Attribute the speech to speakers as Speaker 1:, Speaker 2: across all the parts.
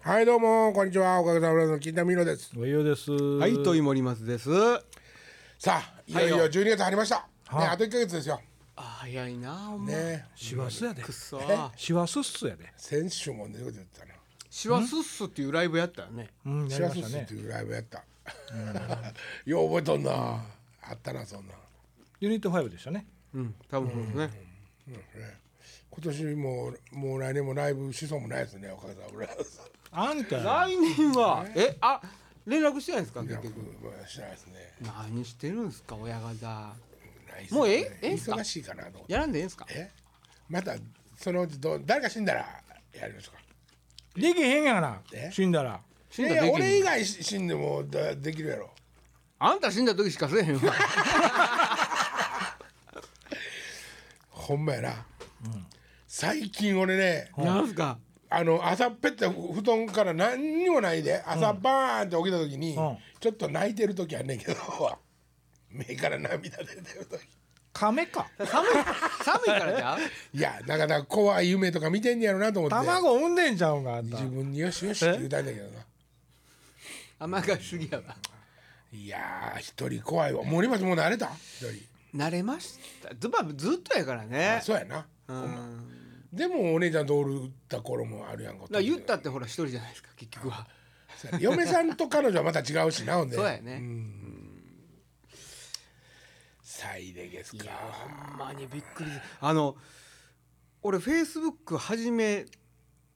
Speaker 1: はいどうもこんにちはおかげさまで金田美濃です
Speaker 2: おいよです。
Speaker 3: は、
Speaker 2: はい
Speaker 3: とい森松です。
Speaker 1: さあいよいよ
Speaker 3: はいよ
Speaker 1: 12月入りました、ね、あと1ヶ月ですよ
Speaker 3: あ早いな、お前。
Speaker 1: ね
Speaker 2: 師走やで
Speaker 3: く。そ。
Speaker 2: 師走っすやで。
Speaker 1: 先週も同じこと言ってたな
Speaker 3: シワスッスっていうライブやったよね。
Speaker 2: うん、
Speaker 1: シラススっていうライブやった、 よう覚えとんな、あったなそんな、
Speaker 2: ユニットファイブでしたね。
Speaker 3: うん、多分そうですね。
Speaker 1: うんね、今年ももう来年もライブしそうもないですねおかげさまで
Speaker 2: あんた。
Speaker 3: 来年は、え、あ、連絡してないんですか、
Speaker 1: いや
Speaker 3: 結
Speaker 1: 僕
Speaker 3: 局。
Speaker 1: はしないですね
Speaker 3: 何してるんですか、親方。
Speaker 1: ないっすね
Speaker 3: もうええええっすか
Speaker 1: 忙しいかなと思って
Speaker 3: やらんでいいんですか。
Speaker 1: えまたそのうちどう誰か死んだらやりますか
Speaker 2: できへんやが
Speaker 1: え
Speaker 2: な。死んだら。
Speaker 3: 死ん
Speaker 1: い
Speaker 3: だ
Speaker 1: やいや
Speaker 3: 時
Speaker 1: 俺以
Speaker 3: に。
Speaker 1: 外し死んでもだできるやろ
Speaker 3: あんた死んだ時しかせえへんわ。
Speaker 1: ほんまやな、最近俺ね
Speaker 3: なんすか。
Speaker 1: あの朝っぺって布団から何にもないで朝バーンって起きた時に、
Speaker 2: うん
Speaker 1: ちょっと泣いてる時あんねんけど 目から涙出てる時
Speaker 2: 亀か。
Speaker 3: 寒い、寒いからじゃう。
Speaker 1: いやなかなか怖い夢とか見てんねやろなと思って
Speaker 2: 卵産んでんじゃうんか、あんた
Speaker 1: 自。分によしよしって言うたんだけどな
Speaker 3: 甘がりすぎやわ。
Speaker 1: いやー一人怖いわ森松もう慣れた一人
Speaker 3: 慣れました。ずば、ずっとやから
Speaker 1: あ
Speaker 3: ね。
Speaker 1: そうやな
Speaker 3: うん。
Speaker 1: でもお姉ちゃんとおるった頃もあるやんか
Speaker 3: だから言ったってほら一人じゃないですか結局は
Speaker 1: そうや嫁さんと彼女はまた違うしなほんで
Speaker 3: そうやね
Speaker 1: サイレゲス
Speaker 3: い
Speaker 1: か
Speaker 3: やほんまにびっくりですあの俺フェイスブック始め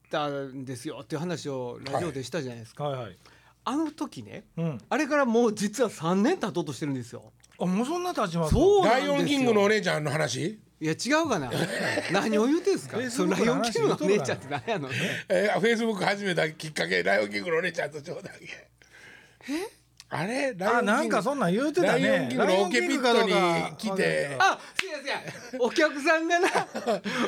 Speaker 3: たんですよっていう話をラジオでしたじゃないですか、
Speaker 2: はいはい。
Speaker 3: あの時ね
Speaker 2: うん。
Speaker 3: あれからもう実は3年経とうとしてるんですよ
Speaker 2: あ、もうそんな立ちます。
Speaker 3: そうなん
Speaker 1: ラ
Speaker 3: です
Speaker 1: イ
Speaker 3: よ
Speaker 1: オンキングのお姉ちゃんの話
Speaker 3: いや違うかな何を言うてんすか
Speaker 2: フェイス
Speaker 3: そ
Speaker 2: ブ
Speaker 3: の
Speaker 2: ッ
Speaker 3: ラ
Speaker 2: ク
Speaker 3: イ
Speaker 2: の
Speaker 3: オン
Speaker 2: 話
Speaker 3: キングのお
Speaker 2: 言う
Speaker 3: 姉
Speaker 2: とる
Speaker 3: ち
Speaker 2: か
Speaker 3: ゃんって何やのね
Speaker 1: えー、フェイスブック始めたきっかけライオンキングのお姉ちゃんとちょうだけあれライオンキン
Speaker 2: あ、
Speaker 1: グ
Speaker 2: なんかそんなん言うてた
Speaker 1: ラ
Speaker 2: ね。
Speaker 1: イオンキングのオケピットに来て
Speaker 3: あすいませんお客さんがな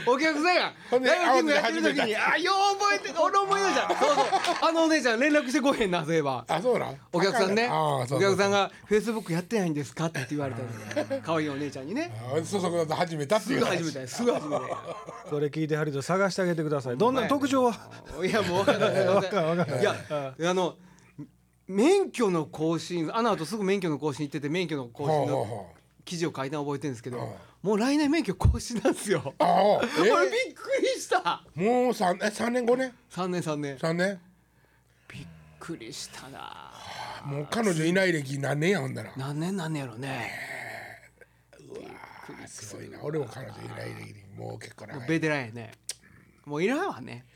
Speaker 3: お客さんが
Speaker 1: ほんで
Speaker 3: ライオンキングやってる
Speaker 1: 慌て
Speaker 3: 時に
Speaker 1: て
Speaker 3: あよう覚えてる俺思い出したそうそうあのお姉ちゃん連絡してこへんなそういえば
Speaker 1: あそうなん
Speaker 3: お客さんね
Speaker 1: あーそう
Speaker 3: お
Speaker 1: そう
Speaker 3: 客さんが「フェイスブックやってないんですか?」って言われたのよ可愛いお姉ちゃんにね
Speaker 1: あーそそくだと始めたってい
Speaker 3: す
Speaker 1: う
Speaker 3: ぐ
Speaker 1: 話
Speaker 3: 始めたよすぐ始めたよ
Speaker 2: これ聞いてはると探してあげてください。どんな特徴は。
Speaker 3: いやもう分からない分
Speaker 2: かんない分かんない
Speaker 3: いやあの免許の更新あの後すぐ免許の更新行ってて免許の更
Speaker 1: ほ
Speaker 3: 新
Speaker 1: うほう
Speaker 3: の
Speaker 1: ほ
Speaker 3: 記事を書いたの覚えてるんですけど
Speaker 1: は
Speaker 3: もう来年免許更新なんですよ
Speaker 1: う ああ、
Speaker 3: 俺
Speaker 1: え
Speaker 3: びっくりした
Speaker 1: ー、もう三え三年五年
Speaker 3: 3年3年びっ
Speaker 1: 三年
Speaker 3: くりしたな
Speaker 1: もう彼女いない歴何年やほんだら
Speaker 3: 何年何年やろね
Speaker 1: すごいな俺も彼女いない歴にもう結構
Speaker 3: もう
Speaker 1: 長い
Speaker 3: ベテランやねもういらんわね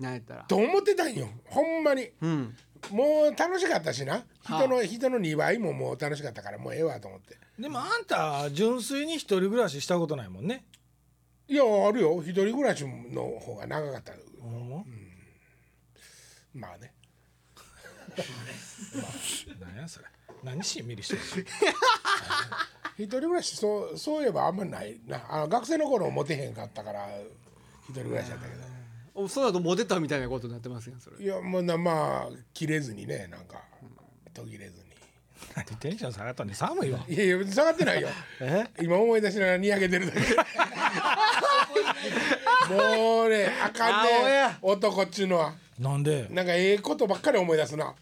Speaker 3: なんやったら
Speaker 1: と思ってたんよほんまに
Speaker 3: うん
Speaker 1: もう楽しかったしな人の人の2倍ももう楽しかったからもうええわと思って
Speaker 2: でも、あんた純粋に一人暮らししたことないもんね。
Speaker 1: いやあるよ一人暮らしの方が長かった
Speaker 2: ほんま
Speaker 1: まあね
Speaker 2: 何やそれ。何しんみりして る。
Speaker 1: 一人暮らしそうそういえばあんまないなあの学生の頃モテへんかったから一人暮らしだったけど
Speaker 3: おそうだとモテたみたいなことになってますよそれ
Speaker 1: いやもうなまあ切れずにねなんか途切れず
Speaker 2: 何テンション下がったね。寒いわ。
Speaker 1: にいやいや別に下がってないよ
Speaker 2: え。
Speaker 1: 今思い出しながらにやけてるだけもうねあかん
Speaker 3: あお
Speaker 1: ね
Speaker 3: や
Speaker 1: 男っちゅうのは
Speaker 2: なんで。
Speaker 1: なんかええことばっかり思い出すな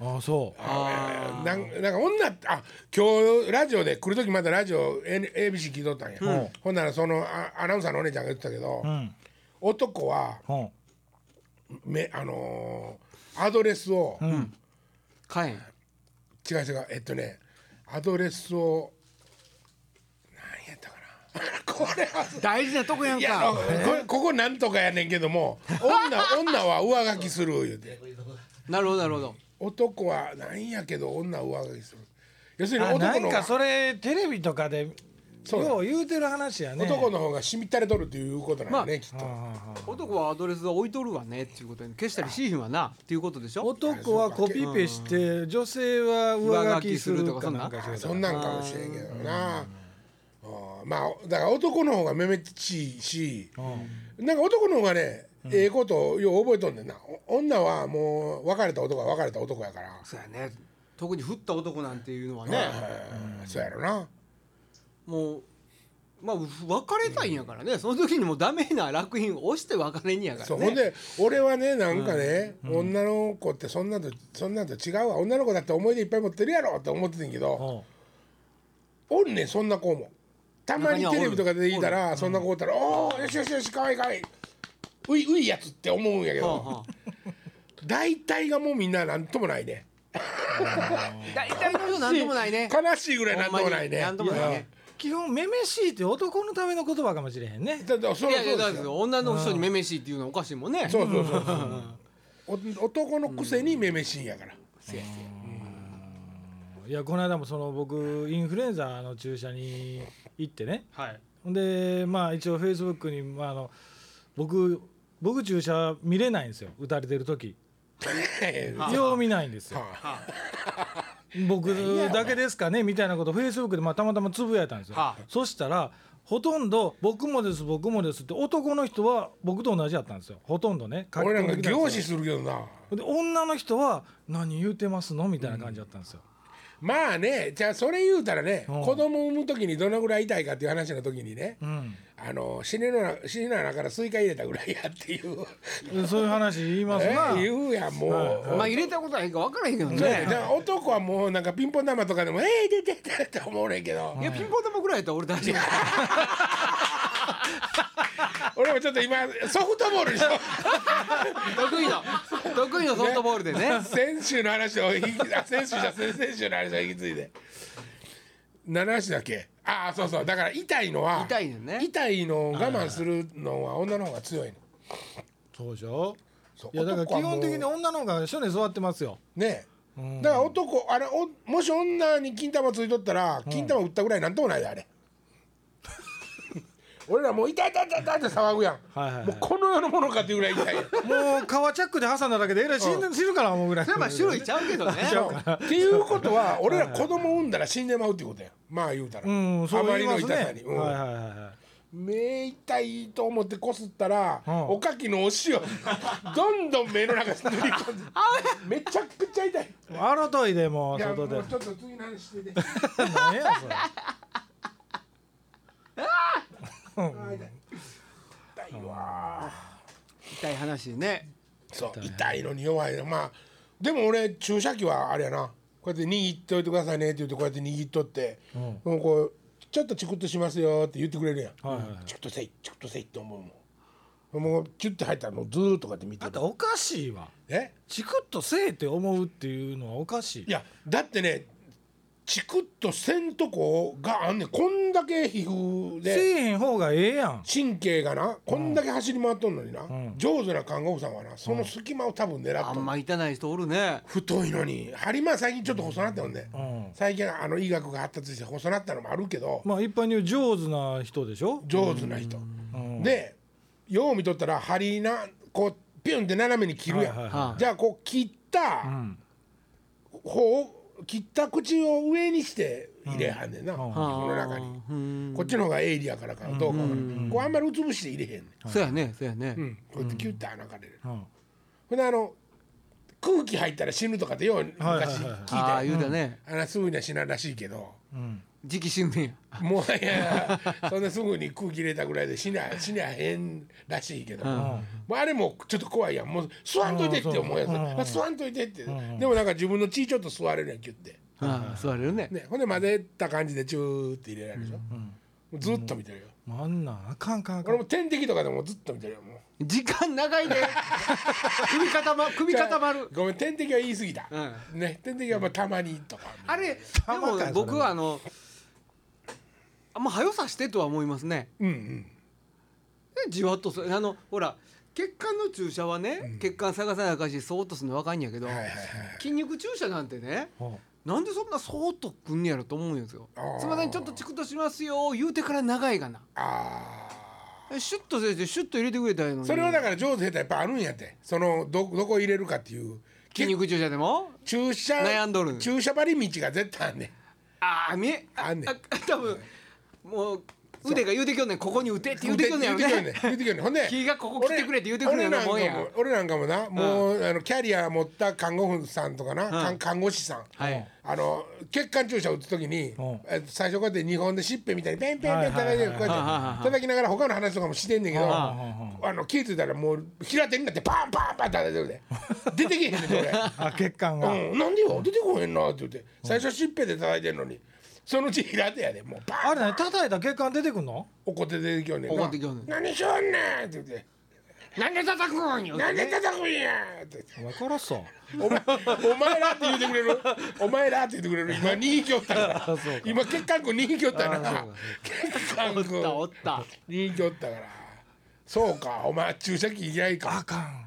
Speaker 2: あ、そう。
Speaker 1: あなんなんか女ってあ今日ラジオで来る時またラジオ N- ABC 聞いとったんや、ほんならそのあアナウンサーのお姉ちゃんが言ってたけど、
Speaker 2: うん。
Speaker 1: 男は
Speaker 2: ほ
Speaker 1: めあのーアドレスを、違
Speaker 3: かえん
Speaker 1: う違うえっとねアドレスを何やったかな これは
Speaker 3: 大事なとこやん
Speaker 1: いやあの
Speaker 3: か
Speaker 1: これここなんとかやねんけども 女女は上書きする言うて
Speaker 3: なるほどなるほど
Speaker 1: 男はなんやけど女は上書きする要す
Speaker 2: う。
Speaker 1: るに
Speaker 2: あ、な
Speaker 1: 男の
Speaker 2: ん
Speaker 1: 方が
Speaker 2: かそれテレビとかで。
Speaker 1: そうだ
Speaker 2: よう言うてる話やね。
Speaker 1: 男の方がしみったれとるっていうことなんだね、
Speaker 3: まあ
Speaker 1: きっ
Speaker 2: あ
Speaker 1: と。
Speaker 2: あああ
Speaker 3: 男はアドレスは置いとるわねっていうことに消したりしひんわなっていうことでしょ
Speaker 2: 男はコピペして女性は上書きするとか
Speaker 3: 上書きするとかそん
Speaker 2: な
Speaker 3: なん
Speaker 2: かし
Speaker 1: そんなんかもし
Speaker 2: て
Speaker 1: れんけどな。あーまあだから男の方がめめっちいし、なんか男の方がね、ええことをよう覚えとんねんな。お女はもう別れた男は別れた男やから。
Speaker 3: そうやね特に振った男なんていうのはね
Speaker 1: ね、そうやろな。
Speaker 3: もうまあ別れたいんやからね、その時にもうダメな楽園を押して別れんやからね
Speaker 1: そうほんで俺はねなんかね、女の子ってそんなんとそんなんと違うわ女の子だって思い出いっぱい持ってるやろって思っててんけど、
Speaker 2: うん
Speaker 1: おんねんそんな子もたまに
Speaker 3: 中にはお
Speaker 1: テ
Speaker 3: る
Speaker 1: レビとかで言いたらそんな子おったら「おおよしよしよしかわいいかわいいういういやつ」って思うんやけ
Speaker 3: はあ
Speaker 1: ど
Speaker 3: は
Speaker 1: 大体がもうみんななんともないね
Speaker 3: あ、大体の人なんともないね
Speaker 1: 悲しいぐらいなんともないね
Speaker 3: ほんまになんともないね
Speaker 2: 基本めめしいって男のための言葉かもしれへんね
Speaker 1: だだそ
Speaker 3: い
Speaker 1: りゃ
Speaker 3: やい
Speaker 1: そ
Speaker 3: や
Speaker 1: う
Speaker 3: だ
Speaker 1: で
Speaker 3: け
Speaker 1: す
Speaker 3: ど
Speaker 1: よ
Speaker 3: 女の人にめめしいっていうのはおかしいもんね
Speaker 1: そうそうそうそうお男のくせにめめしいんやから
Speaker 3: せやせや
Speaker 2: いやこの間もその僕インフルエンザの注射に行ってね
Speaker 3: はい
Speaker 2: ほんでまあ一応フェイスブックに、まあ、あの僕僕注射見れないんですよ打たれてる時よう見ないんですよ
Speaker 1: は
Speaker 2: 僕だけですかねみたいなことフェイスブックでまあたまたまつぶやいたんですよ、
Speaker 3: はあ
Speaker 2: そしたらほとんど「僕もです僕もです」って男の人は僕と同じやったんですよほとんどね書 き
Speaker 1: 俺なん
Speaker 2: 込ん
Speaker 1: か
Speaker 2: できたん
Speaker 1: 凝
Speaker 2: です
Speaker 1: 視
Speaker 2: よ
Speaker 1: するけどな
Speaker 2: で女の人は「何言うてますの?」みたいな感じだったんですよ、
Speaker 1: まあねじゃあそれ言うたらね
Speaker 2: うん
Speaker 1: 子供産む時にどのぐらい痛いかっていう話の時にね
Speaker 2: うん
Speaker 1: あの死ねのな死ねの中からスイカ入れたぐらいやっていう
Speaker 2: そういう話言いま す
Speaker 1: え
Speaker 2: な、
Speaker 1: 言うやんもう
Speaker 3: まあ入れたことはいいか分からへんけど
Speaker 1: そうやね
Speaker 3: ね
Speaker 1: だから男はもうなんかピンポン玉とかでも「ええ出てって」って思うねんけど
Speaker 3: いやピンポン玉ぐらいやったら俺大丈夫
Speaker 1: 俺もちょっと今ソフトボールでしょ
Speaker 3: 得意の得意のソフトボールでね
Speaker 1: 先週の話を引きあ先週じゃ先々週の話を引き継いで七足だっけああそうそうだから痛いのは
Speaker 3: 痛いのね
Speaker 1: 痛いのを我慢するのは女の方が強いの
Speaker 2: そうでしょ
Speaker 1: そう
Speaker 2: いやだから
Speaker 1: 男
Speaker 2: 基
Speaker 1: はもう
Speaker 2: 本的に女の方が一緒に座ってますよ
Speaker 1: ね
Speaker 2: うん
Speaker 1: だから男あれおもし女に金玉ついとったら金玉打ったぐらいなんともないであれ 俺らもう痛い痛い痛い痛いって騒ぐやん、
Speaker 2: はいはいはい
Speaker 1: もうこの世のものかっていうぐらい 痛いやん
Speaker 2: もう革チャックで挟んだだけでえらい死んで死ぬから思うぐらい
Speaker 3: それはまあ種類ちゃうけどね
Speaker 1: っていうことは俺ら子供産んだら死んでまうっていうことやまあ言うたら、
Speaker 2: うんそ
Speaker 1: あ
Speaker 2: う
Speaker 1: ま
Speaker 2: 言
Speaker 1: りの
Speaker 2: います
Speaker 1: 痛
Speaker 2: ね
Speaker 1: さに、うん
Speaker 2: はいはいはいはい
Speaker 1: 目痛いと思ってこすったら、
Speaker 2: うん
Speaker 1: おかきのお塩 どんどん目の中に塗り込んでめちゃくちゃ痛い
Speaker 2: 洗といでもう
Speaker 1: いやも
Speaker 2: 外
Speaker 1: うち
Speaker 2: で
Speaker 1: ょっと次の話してて
Speaker 2: 何やそれ
Speaker 1: 痛いわ
Speaker 3: 痛い話ね
Speaker 1: そう痛いのに弱いのまあでも俺注射器はあれやなこうやって握っといてくださいねって言ってこうやって握っとって、もうこうちょっとチクッとしますよって言ってくれるやん、
Speaker 2: はいはいはい
Speaker 1: チクッとせいチクッとせいって思うもんもうキュッて入ったらもうずーっとこうやって見て
Speaker 2: あん
Speaker 1: る
Speaker 2: たおかしいわ
Speaker 1: え
Speaker 2: チクッとせえって思うっていうのはおかしい
Speaker 1: いやだってねチクッとせんとこがあんねんこんだけ皮膚
Speaker 2: せえ
Speaker 1: で
Speaker 2: へん方がええやん
Speaker 1: 神経がなこんだけ走り回っとんのにな、
Speaker 2: ん
Speaker 1: 上手な看護婦さんはなその隙間を多分狙っ
Speaker 3: あ
Speaker 1: とん
Speaker 3: ん
Speaker 1: の、
Speaker 3: ま痛ない人おるね
Speaker 1: 太いのに針まあ最近ちょっと細なったもんね、
Speaker 2: うん
Speaker 1: 最近あの医学が発達して細なったのもあるけど
Speaker 2: まあ一般に言う上手な人でしょ
Speaker 1: 上手な人、
Speaker 2: うん
Speaker 1: でよう見とったら針なこうピュンって斜めに切るやん、
Speaker 2: はいはい
Speaker 3: はい
Speaker 1: じゃあこう切った
Speaker 2: ん
Speaker 1: 方を切った口を上にして入れはんねんな、
Speaker 2: うん
Speaker 1: この中に、
Speaker 3: に
Speaker 1: こっちの方が鋭利やからかどうかわからんこうあんまりうつぶして入れへんね
Speaker 3: そうやねそうやね
Speaker 1: ん、うん、こうやってキュッて穴から入れる、
Speaker 2: うん
Speaker 1: ほんであの空気入ったら死ぬとかってよう
Speaker 2: はいはい
Speaker 1: 昔聞いたよ、
Speaker 3: ああ言うたね
Speaker 1: あらすぐには死なんらしいけど
Speaker 2: うん
Speaker 3: 時期死ぬね
Speaker 1: もういやそんなすぐに空気入れたぐらいで死な死なへんらしいけど、
Speaker 3: うん
Speaker 1: もうあれもちょっと怖いやんもう吸わんといてって思うやつ、
Speaker 2: うんうんうん
Speaker 1: あ吸わんといてって、
Speaker 2: ん
Speaker 1: でもなんか自分の血ちょっと吸われるやんキュッて、
Speaker 3: ああ座れるね
Speaker 1: ね、ほんで混ぜた感じでチューって入れられるでしょ、もうずっと見てるよ、
Speaker 2: あんなんあかんあかんあか
Speaker 1: 俺
Speaker 2: ん
Speaker 1: も点滴とかでもずっと見てるよもう
Speaker 3: 時間長 いで首固ま首固まる
Speaker 1: ごめん点滴は言い過ぎた、
Speaker 3: う
Speaker 1: ね点滴はまあたまにとか
Speaker 3: あれで
Speaker 2: ま
Speaker 3: も
Speaker 2: かい
Speaker 3: 僕はあのあんま早さしてとは思いますね
Speaker 1: うんうん
Speaker 3: えじわっとするあのほら血管の注射はね、血管探さなあかんしそーっとするの分かんやけど、
Speaker 1: はいはいはい
Speaker 3: 筋肉注射なんてね
Speaker 2: うん
Speaker 3: なんでそんなそーっとくんねやろと思うんですよ
Speaker 1: あー
Speaker 3: すいませんちょっとチクッとしますよ言うてから長いがな
Speaker 1: あ
Speaker 3: えシュッとせいてシュッと入れてくれたらいい
Speaker 1: あ
Speaker 3: のに
Speaker 1: それはだから上手下手やっぱあるんやってそのどどこ入れるかっていう
Speaker 3: 筋肉注射でも
Speaker 1: 注射
Speaker 3: 悩んどる
Speaker 1: 注射針道が絶対あんねん
Speaker 3: ああ見え
Speaker 1: あんねん
Speaker 3: 多分もう腕が言うてきよんねんここに打てって言うてきよんねん
Speaker 1: 言
Speaker 3: や
Speaker 1: う
Speaker 3: ろ
Speaker 1: てきよんねん言
Speaker 3: ね
Speaker 1: うてきよんねんほんで
Speaker 3: 木がここ来てくれって言うてく
Speaker 1: 俺
Speaker 3: れるよう
Speaker 1: な
Speaker 3: なんもん
Speaker 1: か
Speaker 3: や
Speaker 1: も俺なんかもなもうあのキャリア持った看護婦さんとかな、看看護師さん、
Speaker 3: はい
Speaker 1: あの血管注射打つ時に、
Speaker 2: うん
Speaker 1: えっと最初こうやって日本でしっぺみたいにペンペンペン叩いて
Speaker 2: はいはいはい
Speaker 1: こうやって叩きながら他の話とかもしてんねんけど、
Speaker 2: いはい
Speaker 1: あの気ぃ付いたらもう平手になってパンパンパン叩いてる で出てけへんねんて俺。
Speaker 2: あ血管が、
Speaker 1: うん、なんでよ出てこへんなって言って最初しっぺで叩いてんのにそのうち平手やでもうパーン
Speaker 2: あれね叩いた血管出てくんの
Speaker 1: 怒って出てきよんねんな
Speaker 3: 怒ってきよんねん
Speaker 1: 何しよんねんって言って
Speaker 3: なんで叩くんよ
Speaker 1: なんで叩くんやって
Speaker 2: お前殺すぞ
Speaker 1: 言ってお前お前らって言ってくれるお前らって言ってくれる今2匹おった から
Speaker 2: そうか
Speaker 1: 今血管くん2匹おった
Speaker 3: あ
Speaker 1: な
Speaker 3: そうか
Speaker 1: 血管くん
Speaker 3: おったおった
Speaker 1: 2匹おったからそうかお前注射器嫌い
Speaker 2: あ
Speaker 1: か
Speaker 2: かん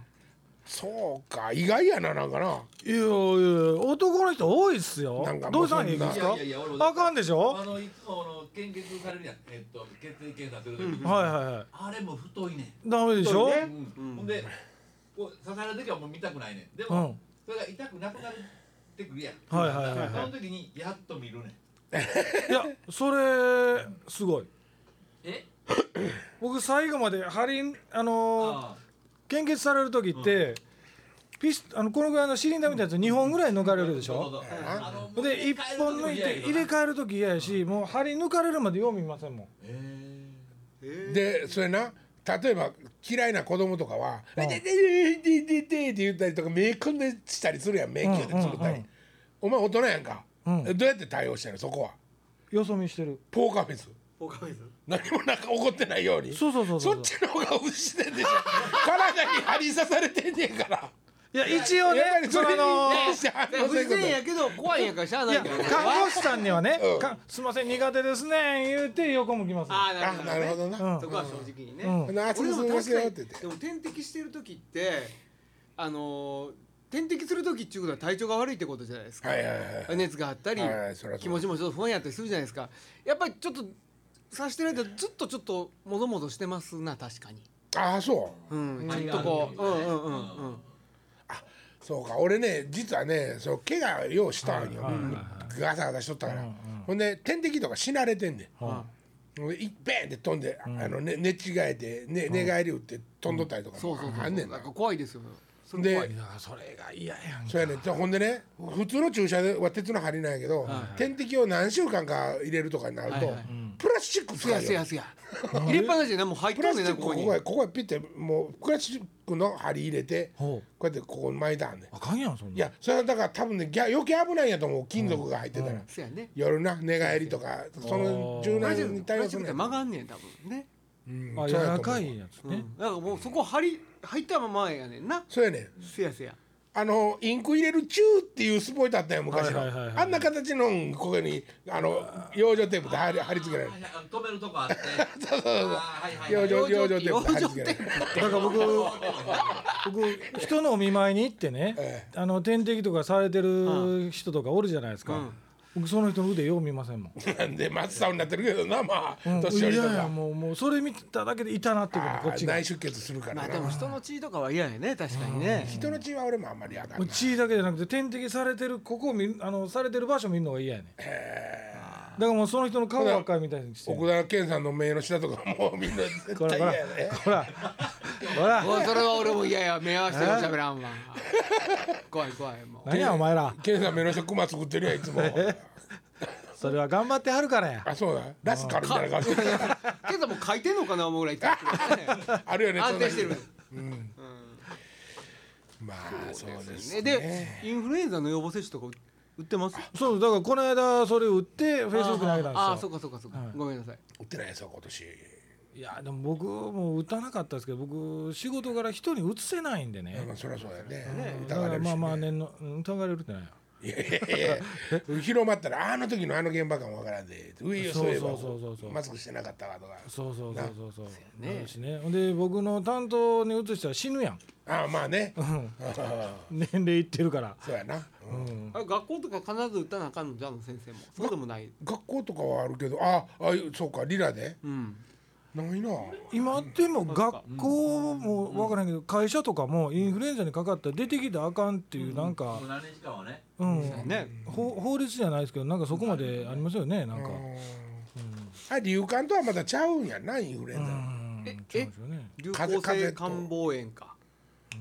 Speaker 1: そうか意外やななんかない
Speaker 2: やいや男の人多いっすよ
Speaker 1: なんかも
Speaker 2: ど
Speaker 1: う
Speaker 2: うしたんです
Speaker 1: そん
Speaker 2: か
Speaker 1: ない
Speaker 4: やいや俺
Speaker 2: あかんでしょ
Speaker 4: あのいつもあの献血されるやん、えっと、血液検査する時、
Speaker 2: はいはいはい
Speaker 4: あれも太いね
Speaker 2: ダメでしょ、
Speaker 3: そうね
Speaker 4: ん、うん、ほんでこう刺される時はもう見たくないねんで
Speaker 2: う
Speaker 4: も、
Speaker 2: ん
Speaker 4: それが痛くなくなってくるやん
Speaker 2: はいはいはいはい
Speaker 4: その時にやっと見るねん
Speaker 2: いやそれすごい
Speaker 4: え
Speaker 2: 僕最後まで針あのー
Speaker 4: あ
Speaker 2: 献血される時って、ピスあのこのぐらいのシリンダーみたいなやつ2本ぐらい抜かれるでし
Speaker 4: そう
Speaker 2: ょ
Speaker 4: そうあのもう
Speaker 2: で
Speaker 4: 入れ替える
Speaker 2: 1本抜いて入れ
Speaker 4: える時も嫌やけどな
Speaker 2: 替える時嫌やしもう針抜かれるまでよう見ませんもん
Speaker 4: え
Speaker 1: でそれな例えば嫌いな子供とかは「
Speaker 2: ん
Speaker 1: でででででで」って言ったりとか目くんでしたりするやん目キューって作った
Speaker 2: うんうんうん
Speaker 1: りお前大人やんか
Speaker 2: うん
Speaker 1: どうやって対応したのそこは
Speaker 2: よそ見してる
Speaker 1: ポーカーフェス
Speaker 3: おかげさ
Speaker 1: 何もなんか怒ってないように
Speaker 2: そうそうそうそう
Speaker 1: そっちの方が失 ってんでしょ体に針刺されてんねんから
Speaker 2: いや一応ね
Speaker 1: やっぱり
Speaker 2: そ
Speaker 1: そ
Speaker 2: の
Speaker 1: れ
Speaker 2: あ
Speaker 1: に
Speaker 2: のー
Speaker 1: 対して反応
Speaker 3: 不
Speaker 1: せん
Speaker 3: 自
Speaker 1: こと
Speaker 3: 然やけど怖いんやからしゃあないい
Speaker 2: や
Speaker 3: んだよ
Speaker 2: 看護師さんにはね
Speaker 1: うん
Speaker 2: 「かすいません苦手ですね」言うて横向きます
Speaker 3: ああ
Speaker 1: あ
Speaker 3: な
Speaker 1: なる
Speaker 3: る
Speaker 1: ほ
Speaker 3: ほどね
Speaker 1: どな
Speaker 2: うん
Speaker 3: そこは正直にね、
Speaker 2: う
Speaker 1: 「
Speaker 2: ん
Speaker 1: 夏
Speaker 3: 俺
Speaker 1: に
Speaker 3: も
Speaker 1: 過ごす
Speaker 3: 確
Speaker 1: よ」
Speaker 3: か
Speaker 1: っ
Speaker 3: に
Speaker 1: て言って
Speaker 3: でも点滴してる時ってあのー点滴する時っていうことは体調が悪いってことじゃないですか、
Speaker 1: はいはいはいはい
Speaker 3: 熱があったり、
Speaker 1: はいはいそらそう
Speaker 3: 気持ちもちょっと不安やったりするじゃないですかやっぱりちょっと刺してる間ずっとちょっともぞもぞしてますな確かに、
Speaker 1: ああそう
Speaker 3: うん、ちょっとこう、う
Speaker 4: うんん
Speaker 3: うんうんうん
Speaker 1: そうか俺ね実はねそう怪我ようしたんよ、ガサガサしとったから、ほんで点滴とか死なれてんねん、ほんでいっぺんって飛んで、あのね、寝違えて、ね寝返り打って飛んどったりとか
Speaker 3: そうそうそう
Speaker 1: あんねん
Speaker 3: な
Speaker 1: なん
Speaker 3: か怖いですよそれ怖い
Speaker 1: で
Speaker 2: やそれが嫌やん
Speaker 1: そうやねんほんでね普通の注射では鉄の針なんやけど、点滴を何週間か入れるとかになると、
Speaker 3: はいはい
Speaker 1: プラスチック使
Speaker 3: す
Speaker 1: う
Speaker 3: や
Speaker 1: よ
Speaker 3: すやすや入れっぱなしでなもう入っ
Speaker 1: プ
Speaker 3: と
Speaker 1: ラ
Speaker 3: ん
Speaker 1: ス
Speaker 3: ね
Speaker 1: チ
Speaker 3: ん
Speaker 1: ック
Speaker 3: なここ
Speaker 1: こ
Speaker 3: に
Speaker 1: こへここへピッてもうプラスチックの針入れてこ
Speaker 2: ほ
Speaker 1: うやってここに巻いたんねん
Speaker 2: あかんやんそん
Speaker 1: いやそれはだから多分ねぎゃ余計危ないんやと思う金属が入ってたら。
Speaker 3: すやね
Speaker 1: 夜な寝返りとかその柔
Speaker 3: プラ
Speaker 1: 軟
Speaker 3: スチ
Speaker 1: に
Speaker 3: ック
Speaker 1: 対
Speaker 3: っ
Speaker 1: 応す
Speaker 3: て
Speaker 1: る
Speaker 3: 曲がんねん多分ね
Speaker 1: うん
Speaker 2: あ
Speaker 1: そう
Speaker 2: 柔
Speaker 1: やと思う
Speaker 2: らかいやつ
Speaker 3: う
Speaker 2: ね
Speaker 3: んだからもうそこ入り入ったままやねんな
Speaker 1: そうやねん
Speaker 3: すやすや
Speaker 1: あのインク入れるチューっていうスポイトあったよ昔の、
Speaker 2: はいはいはいはい
Speaker 1: あんな形のんここにあの養生テープで貼り貼り付けられる
Speaker 4: はいはい止めるとこ あって
Speaker 1: そうそうそう
Speaker 4: あーはいはいは
Speaker 1: 養
Speaker 4: い
Speaker 1: 生養
Speaker 3: 養
Speaker 1: 生
Speaker 3: 生
Speaker 1: テープで貼り付けられる
Speaker 2: だから僕僕人のお見舞いに行ってね
Speaker 1: え
Speaker 2: あの点滴とかされてる人とかおるじゃないです
Speaker 3: う
Speaker 2: か
Speaker 3: ん
Speaker 2: 僕その人の腕よう見ませんもん
Speaker 1: なんで松さんになってるけどなまあ、
Speaker 2: うん
Speaker 1: 年寄
Speaker 2: い
Speaker 1: りと
Speaker 2: やいや
Speaker 1: か
Speaker 2: もうもうそれ見ただけで痛なってくる
Speaker 1: あ
Speaker 2: こっ
Speaker 1: ー
Speaker 2: ちが
Speaker 1: 内出血するから
Speaker 3: まあ
Speaker 1: な、
Speaker 3: でも人の血とかは嫌やね確かにね
Speaker 1: 人の血は俺もあんまりやだ
Speaker 2: もう血だけじゃなくて点滴されてるここを見るあのされてる場所見るのが嫌やねだからもうその人の顔ばっかりみたいにして
Speaker 1: 奥田健さんの目の下とかもうみんな絶
Speaker 2: こら
Speaker 1: 対嫌
Speaker 2: こら
Speaker 1: やね
Speaker 2: ほらほら
Speaker 3: おいそれは俺も嫌や目合わせてしゃべらんわ怖い怖いもう
Speaker 2: 何やお前ら
Speaker 1: 健さん目の下クマ作ってるやんいつも
Speaker 2: それは頑張ってはるからや
Speaker 1: あそうだラスカルみたいな顔してる
Speaker 3: けどもう書いてんのかな思うぐらい痛くてね
Speaker 1: あるよね。
Speaker 3: 安定してる
Speaker 1: そんなまあ、そうですね。
Speaker 3: ねでインフルエンザの予防接種とか売ってます
Speaker 2: そうだからこの間それ売ってフェイスブックにあげたんですよ
Speaker 3: ああーそうかそうかそうかごめんなさい
Speaker 1: 売ってないですよ、今年。
Speaker 2: いやでも僕も打たなかったですけど僕仕事から人に移せないんでね
Speaker 1: まあ、そりゃそうだよね。疑
Speaker 2: だか
Speaker 1: わ
Speaker 2: ら
Speaker 1: れるし、
Speaker 2: まあ
Speaker 1: ね。
Speaker 2: まあ念のうん疑われるってないよ
Speaker 1: いやいやいや。広まったら、あの時のあの現場感わからんで。ういよそういえば
Speaker 2: そうそうそうそう
Speaker 1: マスクしてなかったわとか。
Speaker 2: そうそうそうそうそう
Speaker 3: ね
Speaker 2: なるしねほんで僕の担当に移したら死ぬやん
Speaker 1: ああ、まあね。
Speaker 2: 年齢いってるから
Speaker 1: そうやな。うん
Speaker 3: あれ学校とか必ず打たなあかんのじゃあの先生もそうでもない
Speaker 1: 学校とかはあるけど、あ、あ、そうか、リラで。
Speaker 3: うん
Speaker 1: ないな。
Speaker 2: 今でも学校も分からへんけど会社とかもインフルエンザにかかったら出てきたらあかんっていうなんか
Speaker 4: もう何日かはね
Speaker 2: うん
Speaker 3: ね
Speaker 2: 法法律じゃないですけどなんかそこまでありますよねなんか
Speaker 1: うんあ流感とはまたちゃうんやなインフルエンザ、
Speaker 2: え
Speaker 3: え
Speaker 2: ね
Speaker 3: 流
Speaker 1: 風
Speaker 3: 行
Speaker 1: 風
Speaker 3: 性
Speaker 1: と
Speaker 3: 感冒炎か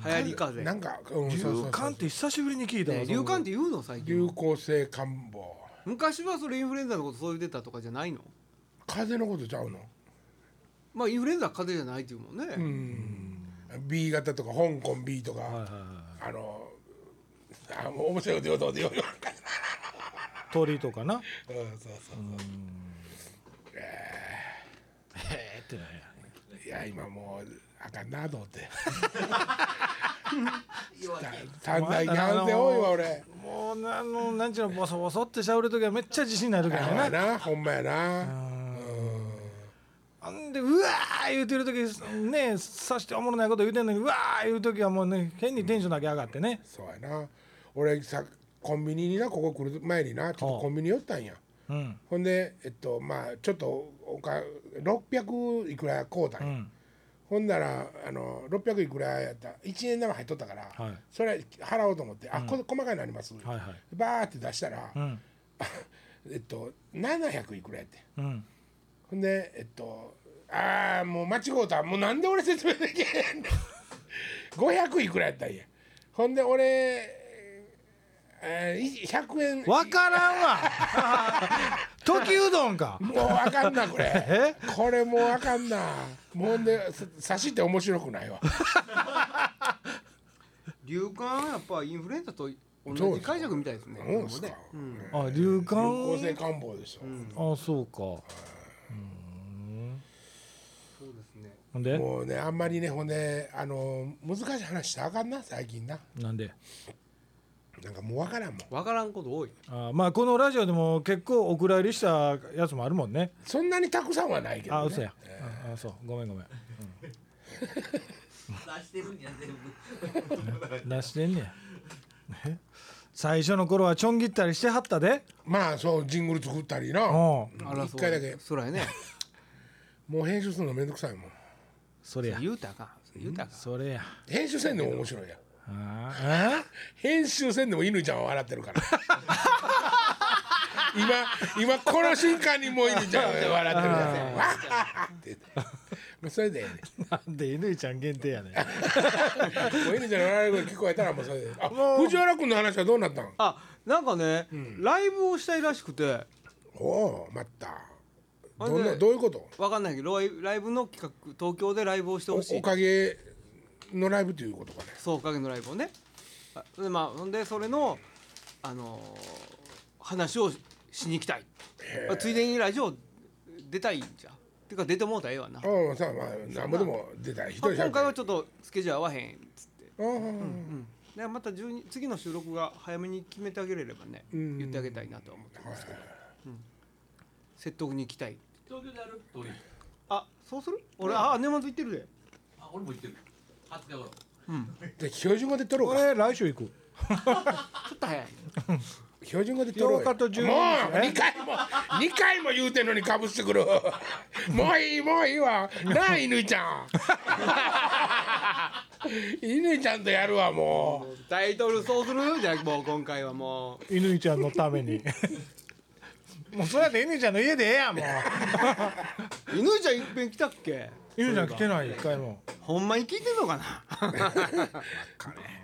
Speaker 3: 流行り風
Speaker 1: な
Speaker 3: ね
Speaker 1: んか、うん、そうそう
Speaker 2: 流
Speaker 1: そう
Speaker 2: 感って久しぶりに聞いたわ
Speaker 3: 流感ってて言うの最
Speaker 1: 流
Speaker 3: 近
Speaker 1: 行性感冒
Speaker 3: 昔はそれインフルエンザのことそう言ってたとかじゃないの
Speaker 1: 風邪のことちゃうの
Speaker 3: まあインフルエンザは風邪じゃないっていうも
Speaker 1: う
Speaker 3: んね
Speaker 1: ん B 型とか香港 B とか、
Speaker 2: はいはいは
Speaker 1: あのあもう面白いこと言おうと思って言おうよ
Speaker 2: い鳥とかな
Speaker 1: うんそうそう
Speaker 2: へえってなんや
Speaker 1: いや今もうあかんなと思って
Speaker 4: 弱い
Speaker 1: 短大なんで多いわ俺
Speaker 2: もうあのなんちゅうのボソボソってしゃべる時はめっちゃ自信ない時
Speaker 1: あ
Speaker 2: や
Speaker 1: ほんまや
Speaker 2: ねん
Speaker 1: な
Speaker 2: な
Speaker 1: ほんまやな
Speaker 2: あんでうわー言うてる時ねさしておもろないこと言うてんのにうわー言う時はもうね変にテンションだけ上がってね
Speaker 1: そうやな俺さコンビニになここ来る前になちょっとコンビニ寄ったんや
Speaker 2: うん
Speaker 1: ほんでえっとまあちょっとおか600いくら買うたん
Speaker 2: う
Speaker 1: や、
Speaker 2: ん
Speaker 1: ほんならあの600いくらやった1円玉入っとったから、
Speaker 2: はい
Speaker 1: それ払おうと思って「あこ細かいのあります
Speaker 2: はいはい
Speaker 1: バーって出したら、
Speaker 2: うん
Speaker 1: えっと700いくらやって
Speaker 2: うん
Speaker 1: ほんでえっとああもう間違うたもうなんで俺説明できへんの500いくらやったんやほんで俺えーい100円
Speaker 2: わからんわ 時うどんか
Speaker 1: もうあかんなこれ
Speaker 2: え
Speaker 1: これもうあかんなもうほんでさ差しって面白くないわ
Speaker 3: 流感はやっぱインフルエンザと
Speaker 1: そう
Speaker 3: 同
Speaker 1: で
Speaker 3: じ
Speaker 1: す
Speaker 3: 解釈みたいですね
Speaker 1: そうですか
Speaker 3: ねうん
Speaker 2: あ流感
Speaker 1: 高性感冒でしょ、
Speaker 2: あそうか
Speaker 3: そうですね
Speaker 2: ほんで
Speaker 1: もうねあんまりねほんであの難しい話したらあかんな最近な
Speaker 2: なんで
Speaker 1: なんかもうわからんもん
Speaker 3: わからんこと多い
Speaker 2: あまあこのラジオでも結構お蔵入りしたやつもあるもんね
Speaker 1: そんなにたくさんはないけど、ね、
Speaker 2: あ嘘や、ああそうごめんごめん
Speaker 4: 出してるんや全部
Speaker 2: 出してんねやえ最初の頃はちょん切ったりしてはったで
Speaker 1: まあそうジングル作ったりな
Speaker 2: うん
Speaker 3: あら
Speaker 1: 一回だけ
Speaker 3: そらやね
Speaker 1: もう編集するのめんどくさいもん
Speaker 2: それや
Speaker 3: 言うたらあかんそれ言うたらあかん
Speaker 2: それや
Speaker 1: 編集せんでも面白いやん
Speaker 2: ああ
Speaker 1: 編集せんでも犬ちゃんは笑ってるから今今この瞬間にもう犬ちゃんは笑ってるからわあって言ってもうそれでええ
Speaker 2: えなんで犬ちゃん限定や ねん
Speaker 1: ねんもう犬ちゃんの笑い声聞こえたらもうそれであ藤原君の話はどうなったん
Speaker 3: あなんかね、ライブをしたいらしくて
Speaker 1: おおまた
Speaker 3: あ
Speaker 1: どんな
Speaker 3: で
Speaker 1: どういうこと
Speaker 3: わかんないけどライブライブの企画東京でライブをしてほし
Speaker 1: お
Speaker 3: い
Speaker 1: おかげのライブということかね
Speaker 3: そうおかげのライブをねあでまあほんでそれのあのー話をしに行きたいあついでにラジオ出たいんじゃてか出てもうたらええわな
Speaker 1: うんさあまあ何ぼでも出たい一人しゃ
Speaker 3: 今
Speaker 1: べ
Speaker 3: 回
Speaker 1: り
Speaker 3: はちょっとスケジュール合わへんっつって、
Speaker 1: うん
Speaker 3: でまた12次の収録が早めに決めてあげれればね、
Speaker 1: うん
Speaker 3: 言ってあげたいなとは思ってますけど、うん説得に行きたい
Speaker 4: 東京である通り
Speaker 3: あそうする俺、あ根本行ってるで
Speaker 4: あ俺も行ってる20日頃
Speaker 1: で標準語で撮ろう
Speaker 2: こ
Speaker 1: か
Speaker 2: れ来週行く
Speaker 3: ちょっと早い
Speaker 1: 標準語で撮ろうよ
Speaker 2: 8日と12日
Speaker 1: もう
Speaker 2: ね
Speaker 1: 二回も二回も言うてんのにかぶしてくる もういいもういいわなあ犬ちゃん 犬ちゃんとやるわもう
Speaker 3: タイトルそうす るじゃあもう今回はもう
Speaker 2: 犬ちゃんのために もうそれやって犬ちゃんの家でええ やんもう
Speaker 3: 犬ちゃんいっぺん来たっけ
Speaker 2: 犬ちゃん来てない一回も
Speaker 3: ほんまに聞いてんのかな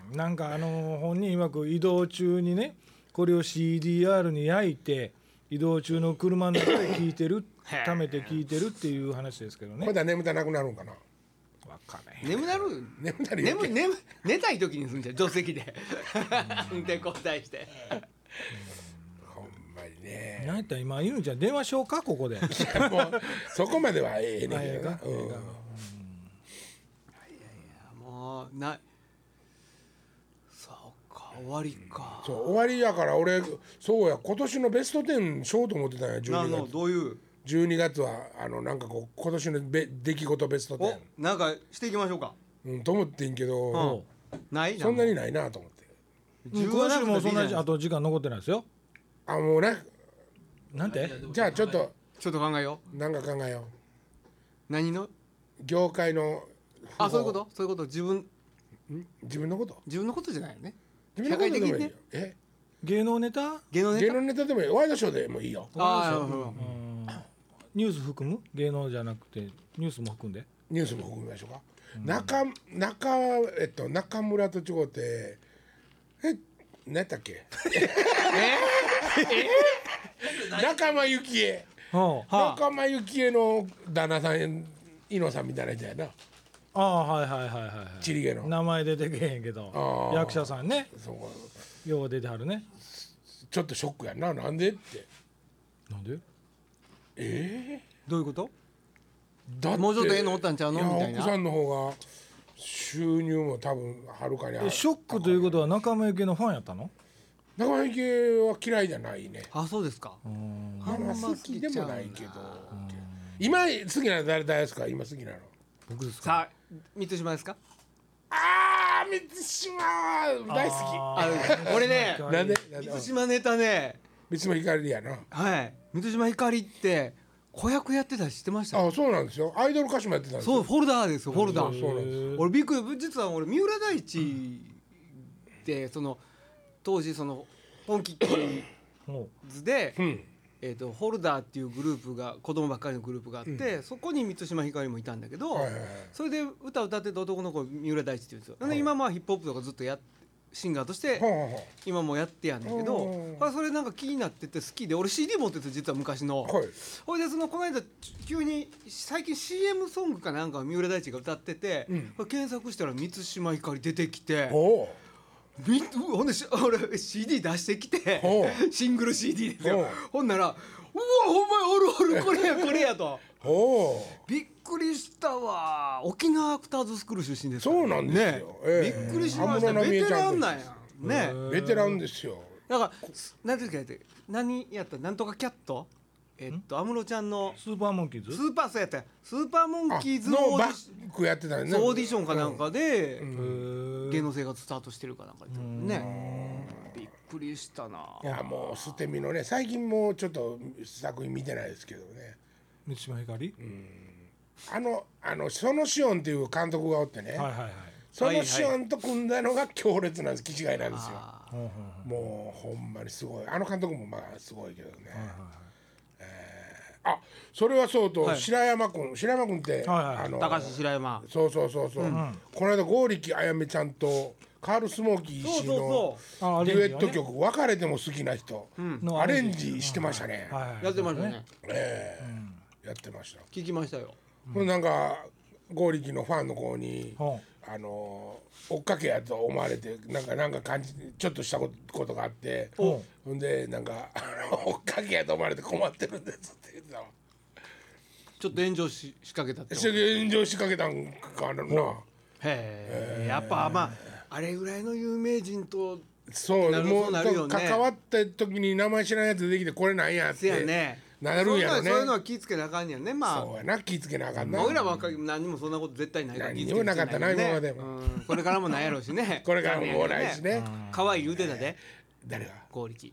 Speaker 2: なんかあのー本人曰く移動中にねこれを CDR に焼いて移動中の車の中で聞いてる
Speaker 3: へえ
Speaker 2: 貯めて聞いてるっていう話ですけどね
Speaker 1: まだ眠たなくなるんかな
Speaker 2: わかんない
Speaker 3: 眠なる
Speaker 1: 眠たりよ
Speaker 3: 眠眠寝たい時にすんじゃん助手席で 運転交代して
Speaker 1: ほんまにね
Speaker 2: 何やったら今犬ちゃん電話しようかここ で
Speaker 1: もうそこまではええねんけどな
Speaker 2: あええかええか
Speaker 3: もうないそうか終わりか
Speaker 1: そう終わりやから俺そうや今年のベスト10しようと思ってたんや
Speaker 3: な
Speaker 1: 12
Speaker 3: の
Speaker 1: 月
Speaker 3: どういう
Speaker 1: 12月はあのなんかこう今年のべ出来事ベスト
Speaker 3: お
Speaker 1: 10、
Speaker 3: なんかしていきましょうか
Speaker 1: うん、と思ってんけど、
Speaker 3: うんない
Speaker 1: そんなにないなと思って
Speaker 2: うん今週もそんなあ
Speaker 3: と
Speaker 2: と時間残ってないですよ
Speaker 1: あもうね
Speaker 2: なんて
Speaker 1: じゃあちょっと
Speaker 3: ちょっと考えよ
Speaker 1: なんか考えよ
Speaker 3: う何の
Speaker 1: う業界の
Speaker 3: あそういうことそういうこと自分
Speaker 1: 自分のこと
Speaker 3: 自分のことじゃないよね
Speaker 1: 自分のことでもいいよ、
Speaker 3: 社会的にね
Speaker 1: え
Speaker 2: 芸能ネタ
Speaker 3: 芸能ネ
Speaker 1: 芸
Speaker 3: タ
Speaker 1: 能ネタでもいいワイドショーでもいいよ
Speaker 3: ああなるほど
Speaker 2: うんニュース含む芸能じゃなくてニュースも含んで
Speaker 1: ニュースも含みましょうか、中中えっと中村と違ってえ何やったっけ仲間由紀恵
Speaker 2: はあ
Speaker 3: はあ
Speaker 1: 仲間由紀恵の旦那さん猪野さんみたいな人やな
Speaker 2: ああはいはいはいはいはい
Speaker 1: チリゲの
Speaker 2: 名前出てけへんけど
Speaker 1: あー
Speaker 2: 役者さんね
Speaker 1: そう
Speaker 2: よう出てはるね
Speaker 1: ちょっとショックやななんでって
Speaker 2: なんで
Speaker 1: え
Speaker 3: どういうこと
Speaker 1: ー、だって
Speaker 3: もうちょっとええのおったんちゃうのみ
Speaker 1: い
Speaker 3: た
Speaker 1: や
Speaker 3: い
Speaker 1: 奥
Speaker 3: な
Speaker 1: さんの方が収入も多分はるかにある
Speaker 2: えショックということは仲間由紀恵のファンやったの
Speaker 1: 仲間由紀恵は嫌いじゃないね
Speaker 3: あそうですか
Speaker 2: うん
Speaker 1: あんま好きでもないけど今好きなの誰誰ですか今好きなの
Speaker 2: 僕ですか
Speaker 3: さあ三島ですか
Speaker 1: ああ満島は大好
Speaker 2: あー
Speaker 3: 俺ね
Speaker 1: きなんでなんで
Speaker 3: 三島ネタね
Speaker 1: 満島ひかりやな
Speaker 3: はい三島ひかりって子役やってたりしてました
Speaker 1: あそうなんですよアイドル歌手もやってたんです
Speaker 3: そう
Speaker 1: よ
Speaker 3: フォルダーですよフォルダ
Speaker 1: そうなんです
Speaker 3: ー俺びっくり実は俺三浦大知でその当時その本気キッ
Speaker 2: もう
Speaker 3: ズで
Speaker 1: うん
Speaker 3: えーとフォルダーっていうグループが子供ばっかりのグループがあってそこに三島ひかりもいたんだけど
Speaker 1: はいはいはい
Speaker 3: それで歌歌ってた男の子三浦大知って言うんですよ。で今まあヒップホップとかずっとやっシンガーとして
Speaker 1: ほうほうほ
Speaker 3: 今もやってやんだけど
Speaker 1: うん
Speaker 3: あそれなんか気になってて好きで俺 CD 持ってて実は昔の
Speaker 1: うはい
Speaker 3: ほいでそのこの間急に最近 CM ソングかなんかを三浦大知が歌ってて、
Speaker 1: うん
Speaker 3: これ検索したら満島ひかり出てきて
Speaker 1: おう
Speaker 3: みほんでし 俺 CD 出してきて
Speaker 1: ほう
Speaker 3: シングル CD ですよ
Speaker 1: ほう
Speaker 3: ほんなら「うわほんまやおるおるこれやこれや」と。
Speaker 1: おう
Speaker 3: びっくりしたわ沖縄アクターズスクール出身ですから
Speaker 1: そうなんですよええ
Speaker 3: びっくりしました
Speaker 1: 安室奈美
Speaker 3: ベ
Speaker 1: 恵
Speaker 3: テ
Speaker 1: ちゃ
Speaker 3: ラ
Speaker 1: ん
Speaker 3: ン
Speaker 1: です
Speaker 3: なんやね
Speaker 1: ベテランですよ
Speaker 3: だから何ていうかやって何やったなんとかキャットえっと安室ちゃんの
Speaker 2: スーパーモンキーズ
Speaker 3: スーパーそうやったよスーパーモン
Speaker 1: あ
Speaker 3: キーズの
Speaker 1: の
Speaker 3: オーデ
Speaker 1: バ
Speaker 3: ィシ
Speaker 1: ックやってたよ
Speaker 3: ョン
Speaker 1: ね
Speaker 3: そうオーディションかなんかで
Speaker 2: へえ
Speaker 3: 芸能生活スタートしてるかなんかでねびっくりしたない
Speaker 1: やもう捨て身のね最近もうちょっと作品見てないですけどね
Speaker 2: 満島ひかり
Speaker 1: あのあのそのシオンっていう監督がおってね、
Speaker 2: はいはいはい
Speaker 1: そのシオンと組んだのが強烈なんです気違いなんですよ
Speaker 3: あ
Speaker 2: ほうほうほ
Speaker 1: もうほんまにすごいあの監督もまあすごいけどね、あそれはそうと、
Speaker 3: はい
Speaker 1: 白山君白山君って、
Speaker 2: はいはい
Speaker 1: あの
Speaker 3: ー高橋白山
Speaker 1: そうそうそうそう、この間剛力あやめちゃんとカール・スモーキー
Speaker 3: そう
Speaker 1: 氏
Speaker 3: そう
Speaker 1: の
Speaker 3: そう
Speaker 2: うあア
Speaker 1: デ
Speaker 2: レン
Speaker 1: ュ
Speaker 2: ジ
Speaker 1: エ
Speaker 2: はね
Speaker 1: ット曲「別れても好きな人」
Speaker 2: の
Speaker 1: アレンジしてましたね、
Speaker 2: はいはい
Speaker 3: やってましたね
Speaker 1: ええやってました
Speaker 3: 聞きましたよ
Speaker 1: これなんか剛力のファンの子に、
Speaker 2: うん
Speaker 1: あの追っかけやと思われてなんかなんか感じちょっとしたことことがあって
Speaker 2: うん
Speaker 1: ほんでなんか あの追っかけやと思われて困ってるんですって言ってたわ
Speaker 3: ちょっと炎上し仕掛けたってこと
Speaker 1: それで炎上しかけたんかな
Speaker 3: へえやっぱまああれぐらいの有名人と
Speaker 1: そう
Speaker 3: なる
Speaker 1: も
Speaker 3: そううなるよね
Speaker 1: 関わった時に名前知らんやつできてこれなんやっ
Speaker 3: せ
Speaker 1: て
Speaker 3: やね
Speaker 1: なるんやろね
Speaker 3: そういうのはそういうのは気ぃつけなあかんやねま
Speaker 1: そうやな気ぃつけなあかんな
Speaker 3: あ僕らばっかり何にもそんなこと絶対ないから
Speaker 1: 何
Speaker 3: 気ぃ
Speaker 1: に
Speaker 3: つ
Speaker 1: も
Speaker 3: け
Speaker 1: なかったな
Speaker 3: ていけい
Speaker 1: 今
Speaker 3: け
Speaker 1: ま
Speaker 3: どねうんこれからもなんやろうしね
Speaker 1: これからもおらいしね
Speaker 3: 可愛い言うてたで
Speaker 1: 誰が
Speaker 3: 剛力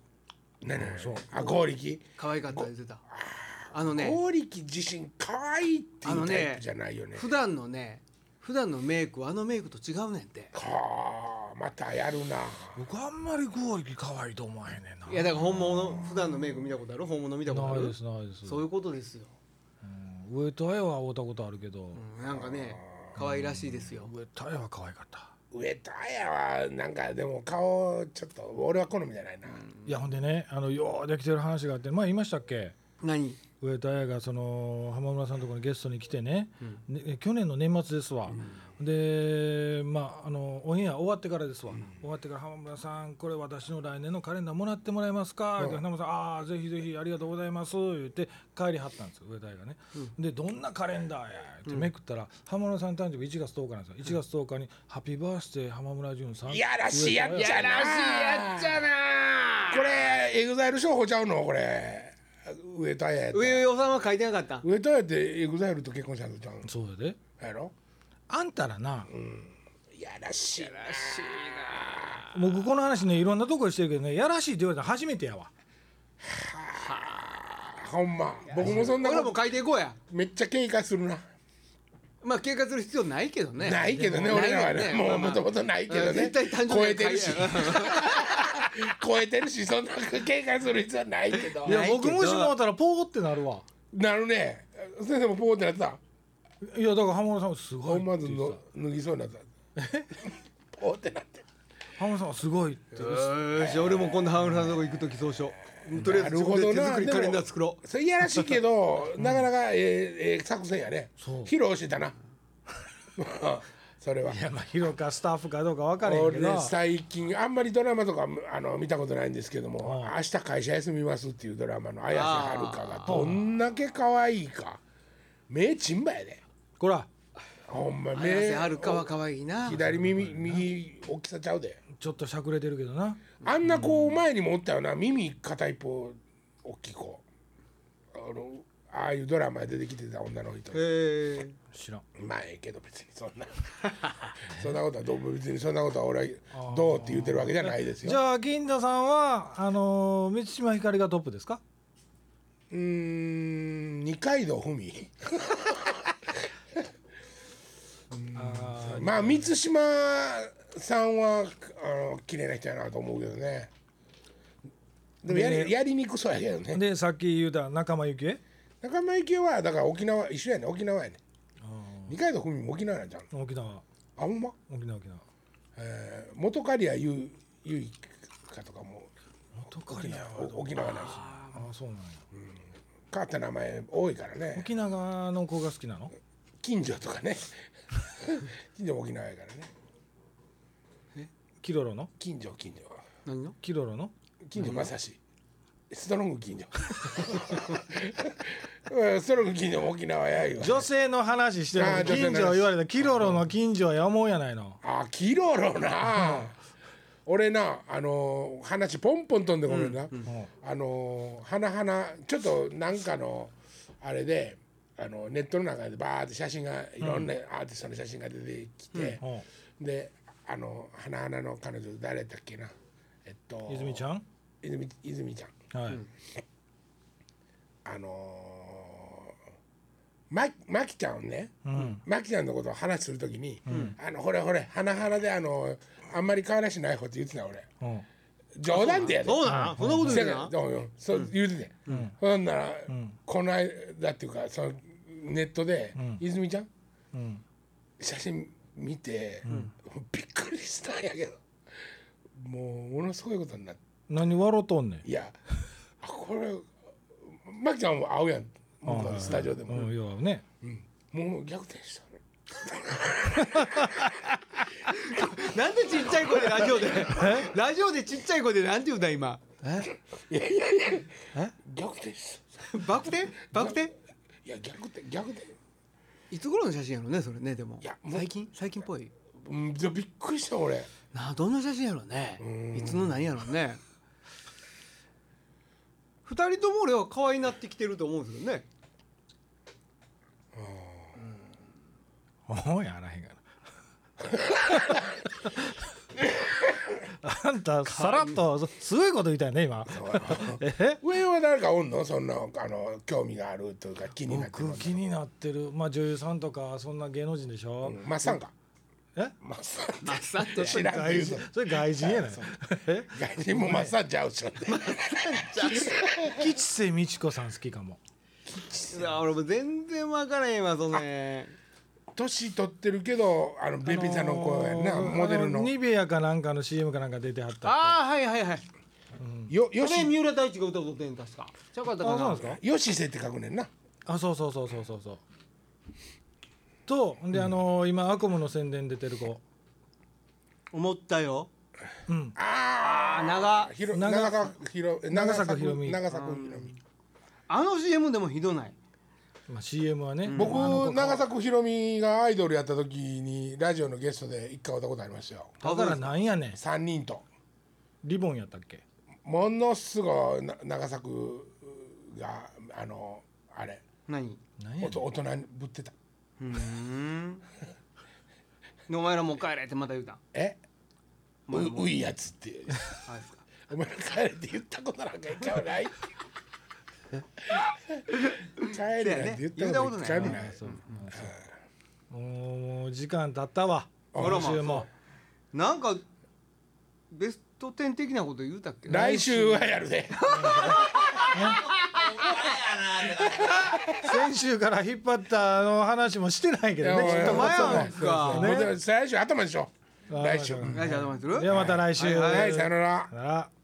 Speaker 1: 何々あ剛力
Speaker 3: 可愛かった言うてたあのね
Speaker 1: 剛力自身可愛いって
Speaker 3: あ
Speaker 1: い
Speaker 3: の
Speaker 1: う
Speaker 3: ね
Speaker 1: タイプじゃないよね
Speaker 3: 普段のね普段のメイクはあのメイクと違うねんて
Speaker 1: はあまたやるな
Speaker 2: 僕あんまり剛力可愛いと思わへんねんない
Speaker 3: やだから本物の普段のメイク見たことある本物見たことあ
Speaker 2: ない
Speaker 3: る
Speaker 2: ですないです
Speaker 3: そういうことですよ
Speaker 2: 上戸彩は会うたことあるけど、
Speaker 3: うんなんかね可愛らしいですよ
Speaker 2: 上戸彩は可愛かった、
Speaker 1: 上戸彩はなんかでも顔ちょっと俺は好みじゃないな、
Speaker 2: いやほんでねあのようできてる話があって前言いましたっけ
Speaker 3: 何
Speaker 2: 上戸彩がその浜村さんのところにゲストに来てね,ね、去年の年末ですわ、でまああのオンエア終わってからですわ、終わってから浜村さんこれ私の来年のカレンダーもらってもらえますか、って浜村さんああぜひぜひありがとうございます言って帰りはったんですよ上戸彩がね、でどんなカレンダーやってめくったら、浜村さん誕生日1月10日なんですよ1月10日に「ハッピーバースデー浜村淳さん」
Speaker 1: いやらしいやっちゃな
Speaker 3: ゃな
Speaker 1: これエグザイル商法ちゃうのこれ上戸彩やった
Speaker 3: 上与さんは書いてなかった
Speaker 1: 上戸彩ってエグザイルと結婚したのちゃうん
Speaker 2: そうやで
Speaker 1: やろ
Speaker 2: あんたらな、
Speaker 1: いやらしい
Speaker 3: らしい
Speaker 2: 僕この話ねいろんなとこでしてるけどねやらしいって言われたの初めてやわ
Speaker 1: ほんま僕もそんな
Speaker 3: 俺ら
Speaker 1: こ
Speaker 3: も
Speaker 1: と
Speaker 3: 書いていこうや
Speaker 1: めっちゃ警戒するな
Speaker 3: まあ警戒する必要ないけどね
Speaker 1: ないけどね
Speaker 3: でも
Speaker 1: 俺らは
Speaker 3: ない
Speaker 1: ね
Speaker 3: よねま
Speaker 1: も
Speaker 3: あ
Speaker 1: う
Speaker 3: まあ
Speaker 1: もともとないけど
Speaker 3: うん
Speaker 1: ね
Speaker 3: 絶対誕生日は
Speaker 1: 超えてるし
Speaker 3: 買
Speaker 1: 超えてるしそんな警戒する必要はないけど
Speaker 2: いや
Speaker 3: ないけど
Speaker 2: 僕もしもうたらポーってなるわ
Speaker 1: なるね先生もポーってなってた
Speaker 2: いやだから浜村さんはすごいって
Speaker 1: 思
Speaker 2: 言
Speaker 1: わ
Speaker 2: っ
Speaker 1: ず
Speaker 2: て
Speaker 1: の脱ぎそうになった ポーってなって
Speaker 2: た浜村さんはすごいって
Speaker 3: よし俺も今度浜村さんのとこ行く時そうしようとりあえず自分で手作りカレンダー作ろう
Speaker 1: それいやらしいけどなかなかええええ作戦やね
Speaker 2: そう
Speaker 1: 披露してた な それはい
Speaker 2: やまあヒロかスタッフかどうか分からへんけど
Speaker 1: 俺最近あんまりドラマとかあの見たことないんですけども「明日会社休みます」っていうドラマの綾瀬はるかがどんだけ可愛いか目チンバやで
Speaker 2: こら
Speaker 1: ほんま
Speaker 3: 綾瀬
Speaker 1: 目
Speaker 3: はるかは可愛いな
Speaker 1: 左耳右大きさちゃうで
Speaker 2: ちょっとしゃくれてるけどな
Speaker 1: あんな子前にもおったよな耳片一方大きい子あのああいうドラマで出てきてた女の人
Speaker 3: え
Speaker 2: 知らん
Speaker 1: まあええけど別にそんなそんなことはどう別にそんなことは俺はどうって言ってるわけじゃないです
Speaker 2: じ
Speaker 1: よ
Speaker 2: ゃあ銀田さんはあのー、満島ひかりがトップですか
Speaker 1: うーん二階堂ふみ
Speaker 2: あ
Speaker 1: まあ満島さんはあの綺麗な人やなと思うけどねでもやり,、
Speaker 2: ね
Speaker 1: やりにくそうやけど
Speaker 2: ー
Speaker 1: ね
Speaker 2: でさっき言うた仲間由紀恵
Speaker 1: 仲間由紀恵はだから沖縄一緒やね沖縄やね二階堂ふみも沖縄なんじゃん
Speaker 2: 沖縄
Speaker 1: あほんま
Speaker 2: 沖縄沖縄
Speaker 1: えー、元刈谷ゆゆいかとかも
Speaker 2: 元カリア
Speaker 1: お沖縄なんし
Speaker 2: ああそうなんや
Speaker 1: 変わった名前多いからね
Speaker 2: 沖縄の子が好きなの
Speaker 1: 近所とか ね近所も沖縄やからね
Speaker 2: キロロの
Speaker 1: 近所近所
Speaker 3: ー、何の
Speaker 2: キロロの
Speaker 1: 近所まさしストロング近所うん ストロング近所も沖縄やよ
Speaker 2: 女性の話してる
Speaker 1: あー女性の
Speaker 2: 近
Speaker 1: 話
Speaker 2: 所言われたキロロの近所はやもんやないの
Speaker 1: あキロロな俺なあのー話ポンポン飛んでごめんな、
Speaker 2: ん
Speaker 1: あのー花々ちょっとなんかのあれであのネットの中でバーって写真がいろんなアーティストの写真が出てきて、
Speaker 2: うん
Speaker 1: であの花々の彼女誰だっけなえっと
Speaker 2: 泉ちゃん
Speaker 1: 泉泉ちゃん
Speaker 2: はい
Speaker 1: あのー、ままきちゃんをね、
Speaker 2: うん
Speaker 1: まきちゃんのことを話するときに、あのほれほれ花々であのあんまり変わらしない方って言ってた俺
Speaker 2: うん
Speaker 1: 冗談でやで
Speaker 3: そうなんそんなこと言う
Speaker 1: せや
Speaker 3: な
Speaker 1: けどうんうんそう言うてて、ほんなら、この間っていうかそのネットで、泉ちゃん
Speaker 2: うん
Speaker 1: 写真見て、びっくりしたんやけどもうものすごいことになって
Speaker 2: 何笑うとんねん
Speaker 1: いやあこれまきちゃんも会うやん僕らのスタジオでも、
Speaker 2: うん要はね
Speaker 1: もう逆転したね
Speaker 3: なんでちっちゃい声でラジオでラジオでちっちゃい声でなんて言うんだ今
Speaker 1: 逆転した
Speaker 3: バク転バク転
Speaker 1: いや逆転逆転
Speaker 3: いつ頃の写真やろねそれねでも
Speaker 1: いやもう
Speaker 3: 最近最近っぽい
Speaker 1: うんじゃびっくりした俺
Speaker 3: なあどんな写真やろねいつの何やろね二人とも俺は可愛いなってきてると思うんですけどね
Speaker 2: おうやあらへんが なあんたさらっとそすごいこと言ったよね今え
Speaker 1: 上は誰かおんのそんなあの興味があるというか気になってる
Speaker 2: 僕気になってるまあ女優さんとかそんな芸能人でしょ、
Speaker 1: マッサンか
Speaker 2: え
Speaker 1: マッサン
Speaker 3: まさと
Speaker 1: 知らんけ
Speaker 2: 外
Speaker 1: ど
Speaker 2: 人それ外人やないえ
Speaker 1: 外人もマッサンちゃうしょ
Speaker 2: 吉瀬美智子さん好きかも
Speaker 3: 俺も全然分からへんわそのね
Speaker 1: 年取ってるけどあのベビーさんの子やんな
Speaker 2: あのー
Speaker 1: モデルの
Speaker 2: あニベアかなんかの CM かなんか出てはった
Speaker 3: ああはいはいはい
Speaker 1: よよ
Speaker 3: それ
Speaker 1: し
Speaker 3: 三浦大知が歌うとってん確かちゃうかった
Speaker 2: あ
Speaker 3: か
Speaker 2: そうな
Speaker 3: なん
Speaker 2: ですか
Speaker 1: よしせって書くねんな
Speaker 2: あそうそうそうそうそうそうとで、あのー今アコムの宣伝出てる子
Speaker 3: 思ったよ
Speaker 2: うん
Speaker 1: あ
Speaker 3: あ長
Speaker 1: ーひろ
Speaker 2: 長
Speaker 1: 長作ひろ
Speaker 2: 長作ひろみ
Speaker 1: 長作ひろみ
Speaker 3: あの CM でもひどない
Speaker 2: まあ、CM はね、
Speaker 1: 僕
Speaker 2: あの子
Speaker 1: 長作ひろみがアイドルやった時にラジオのゲストで一回会ったことありましたよ
Speaker 2: だからなんやねん
Speaker 1: 3人と
Speaker 2: リボンやったっけ
Speaker 1: ものすごいな長作があのあれ
Speaker 3: 何
Speaker 2: なんや
Speaker 1: お
Speaker 2: ねん
Speaker 1: と大人にぶってた
Speaker 3: うーんでお前らもう帰れってまた言うたん
Speaker 1: え
Speaker 3: まあ
Speaker 1: うういやつって
Speaker 3: あれですか
Speaker 1: お前ら帰れって言ったことなんか一回もない帰れなんて言ったこと一回もない、
Speaker 2: そうそうもう時間経ったわ今週も
Speaker 3: なんかベスト10的なこと言うたっけ
Speaker 1: 来週はやるで
Speaker 4: なーってなって
Speaker 2: 先週から引っ張ったあの話もしてない けどね
Speaker 1: い
Speaker 2: き
Speaker 1: や
Speaker 2: っと前
Speaker 1: そう
Speaker 2: や
Speaker 1: ね
Speaker 2: ん
Speaker 3: そうそう
Speaker 2: か
Speaker 1: もう
Speaker 2: ね
Speaker 1: 最初頭でしょ
Speaker 2: あー
Speaker 1: 来週
Speaker 2: そう
Speaker 3: 来週頭にする
Speaker 2: ではまた来週
Speaker 3: はい
Speaker 1: はいさよなら
Speaker 2: さよなら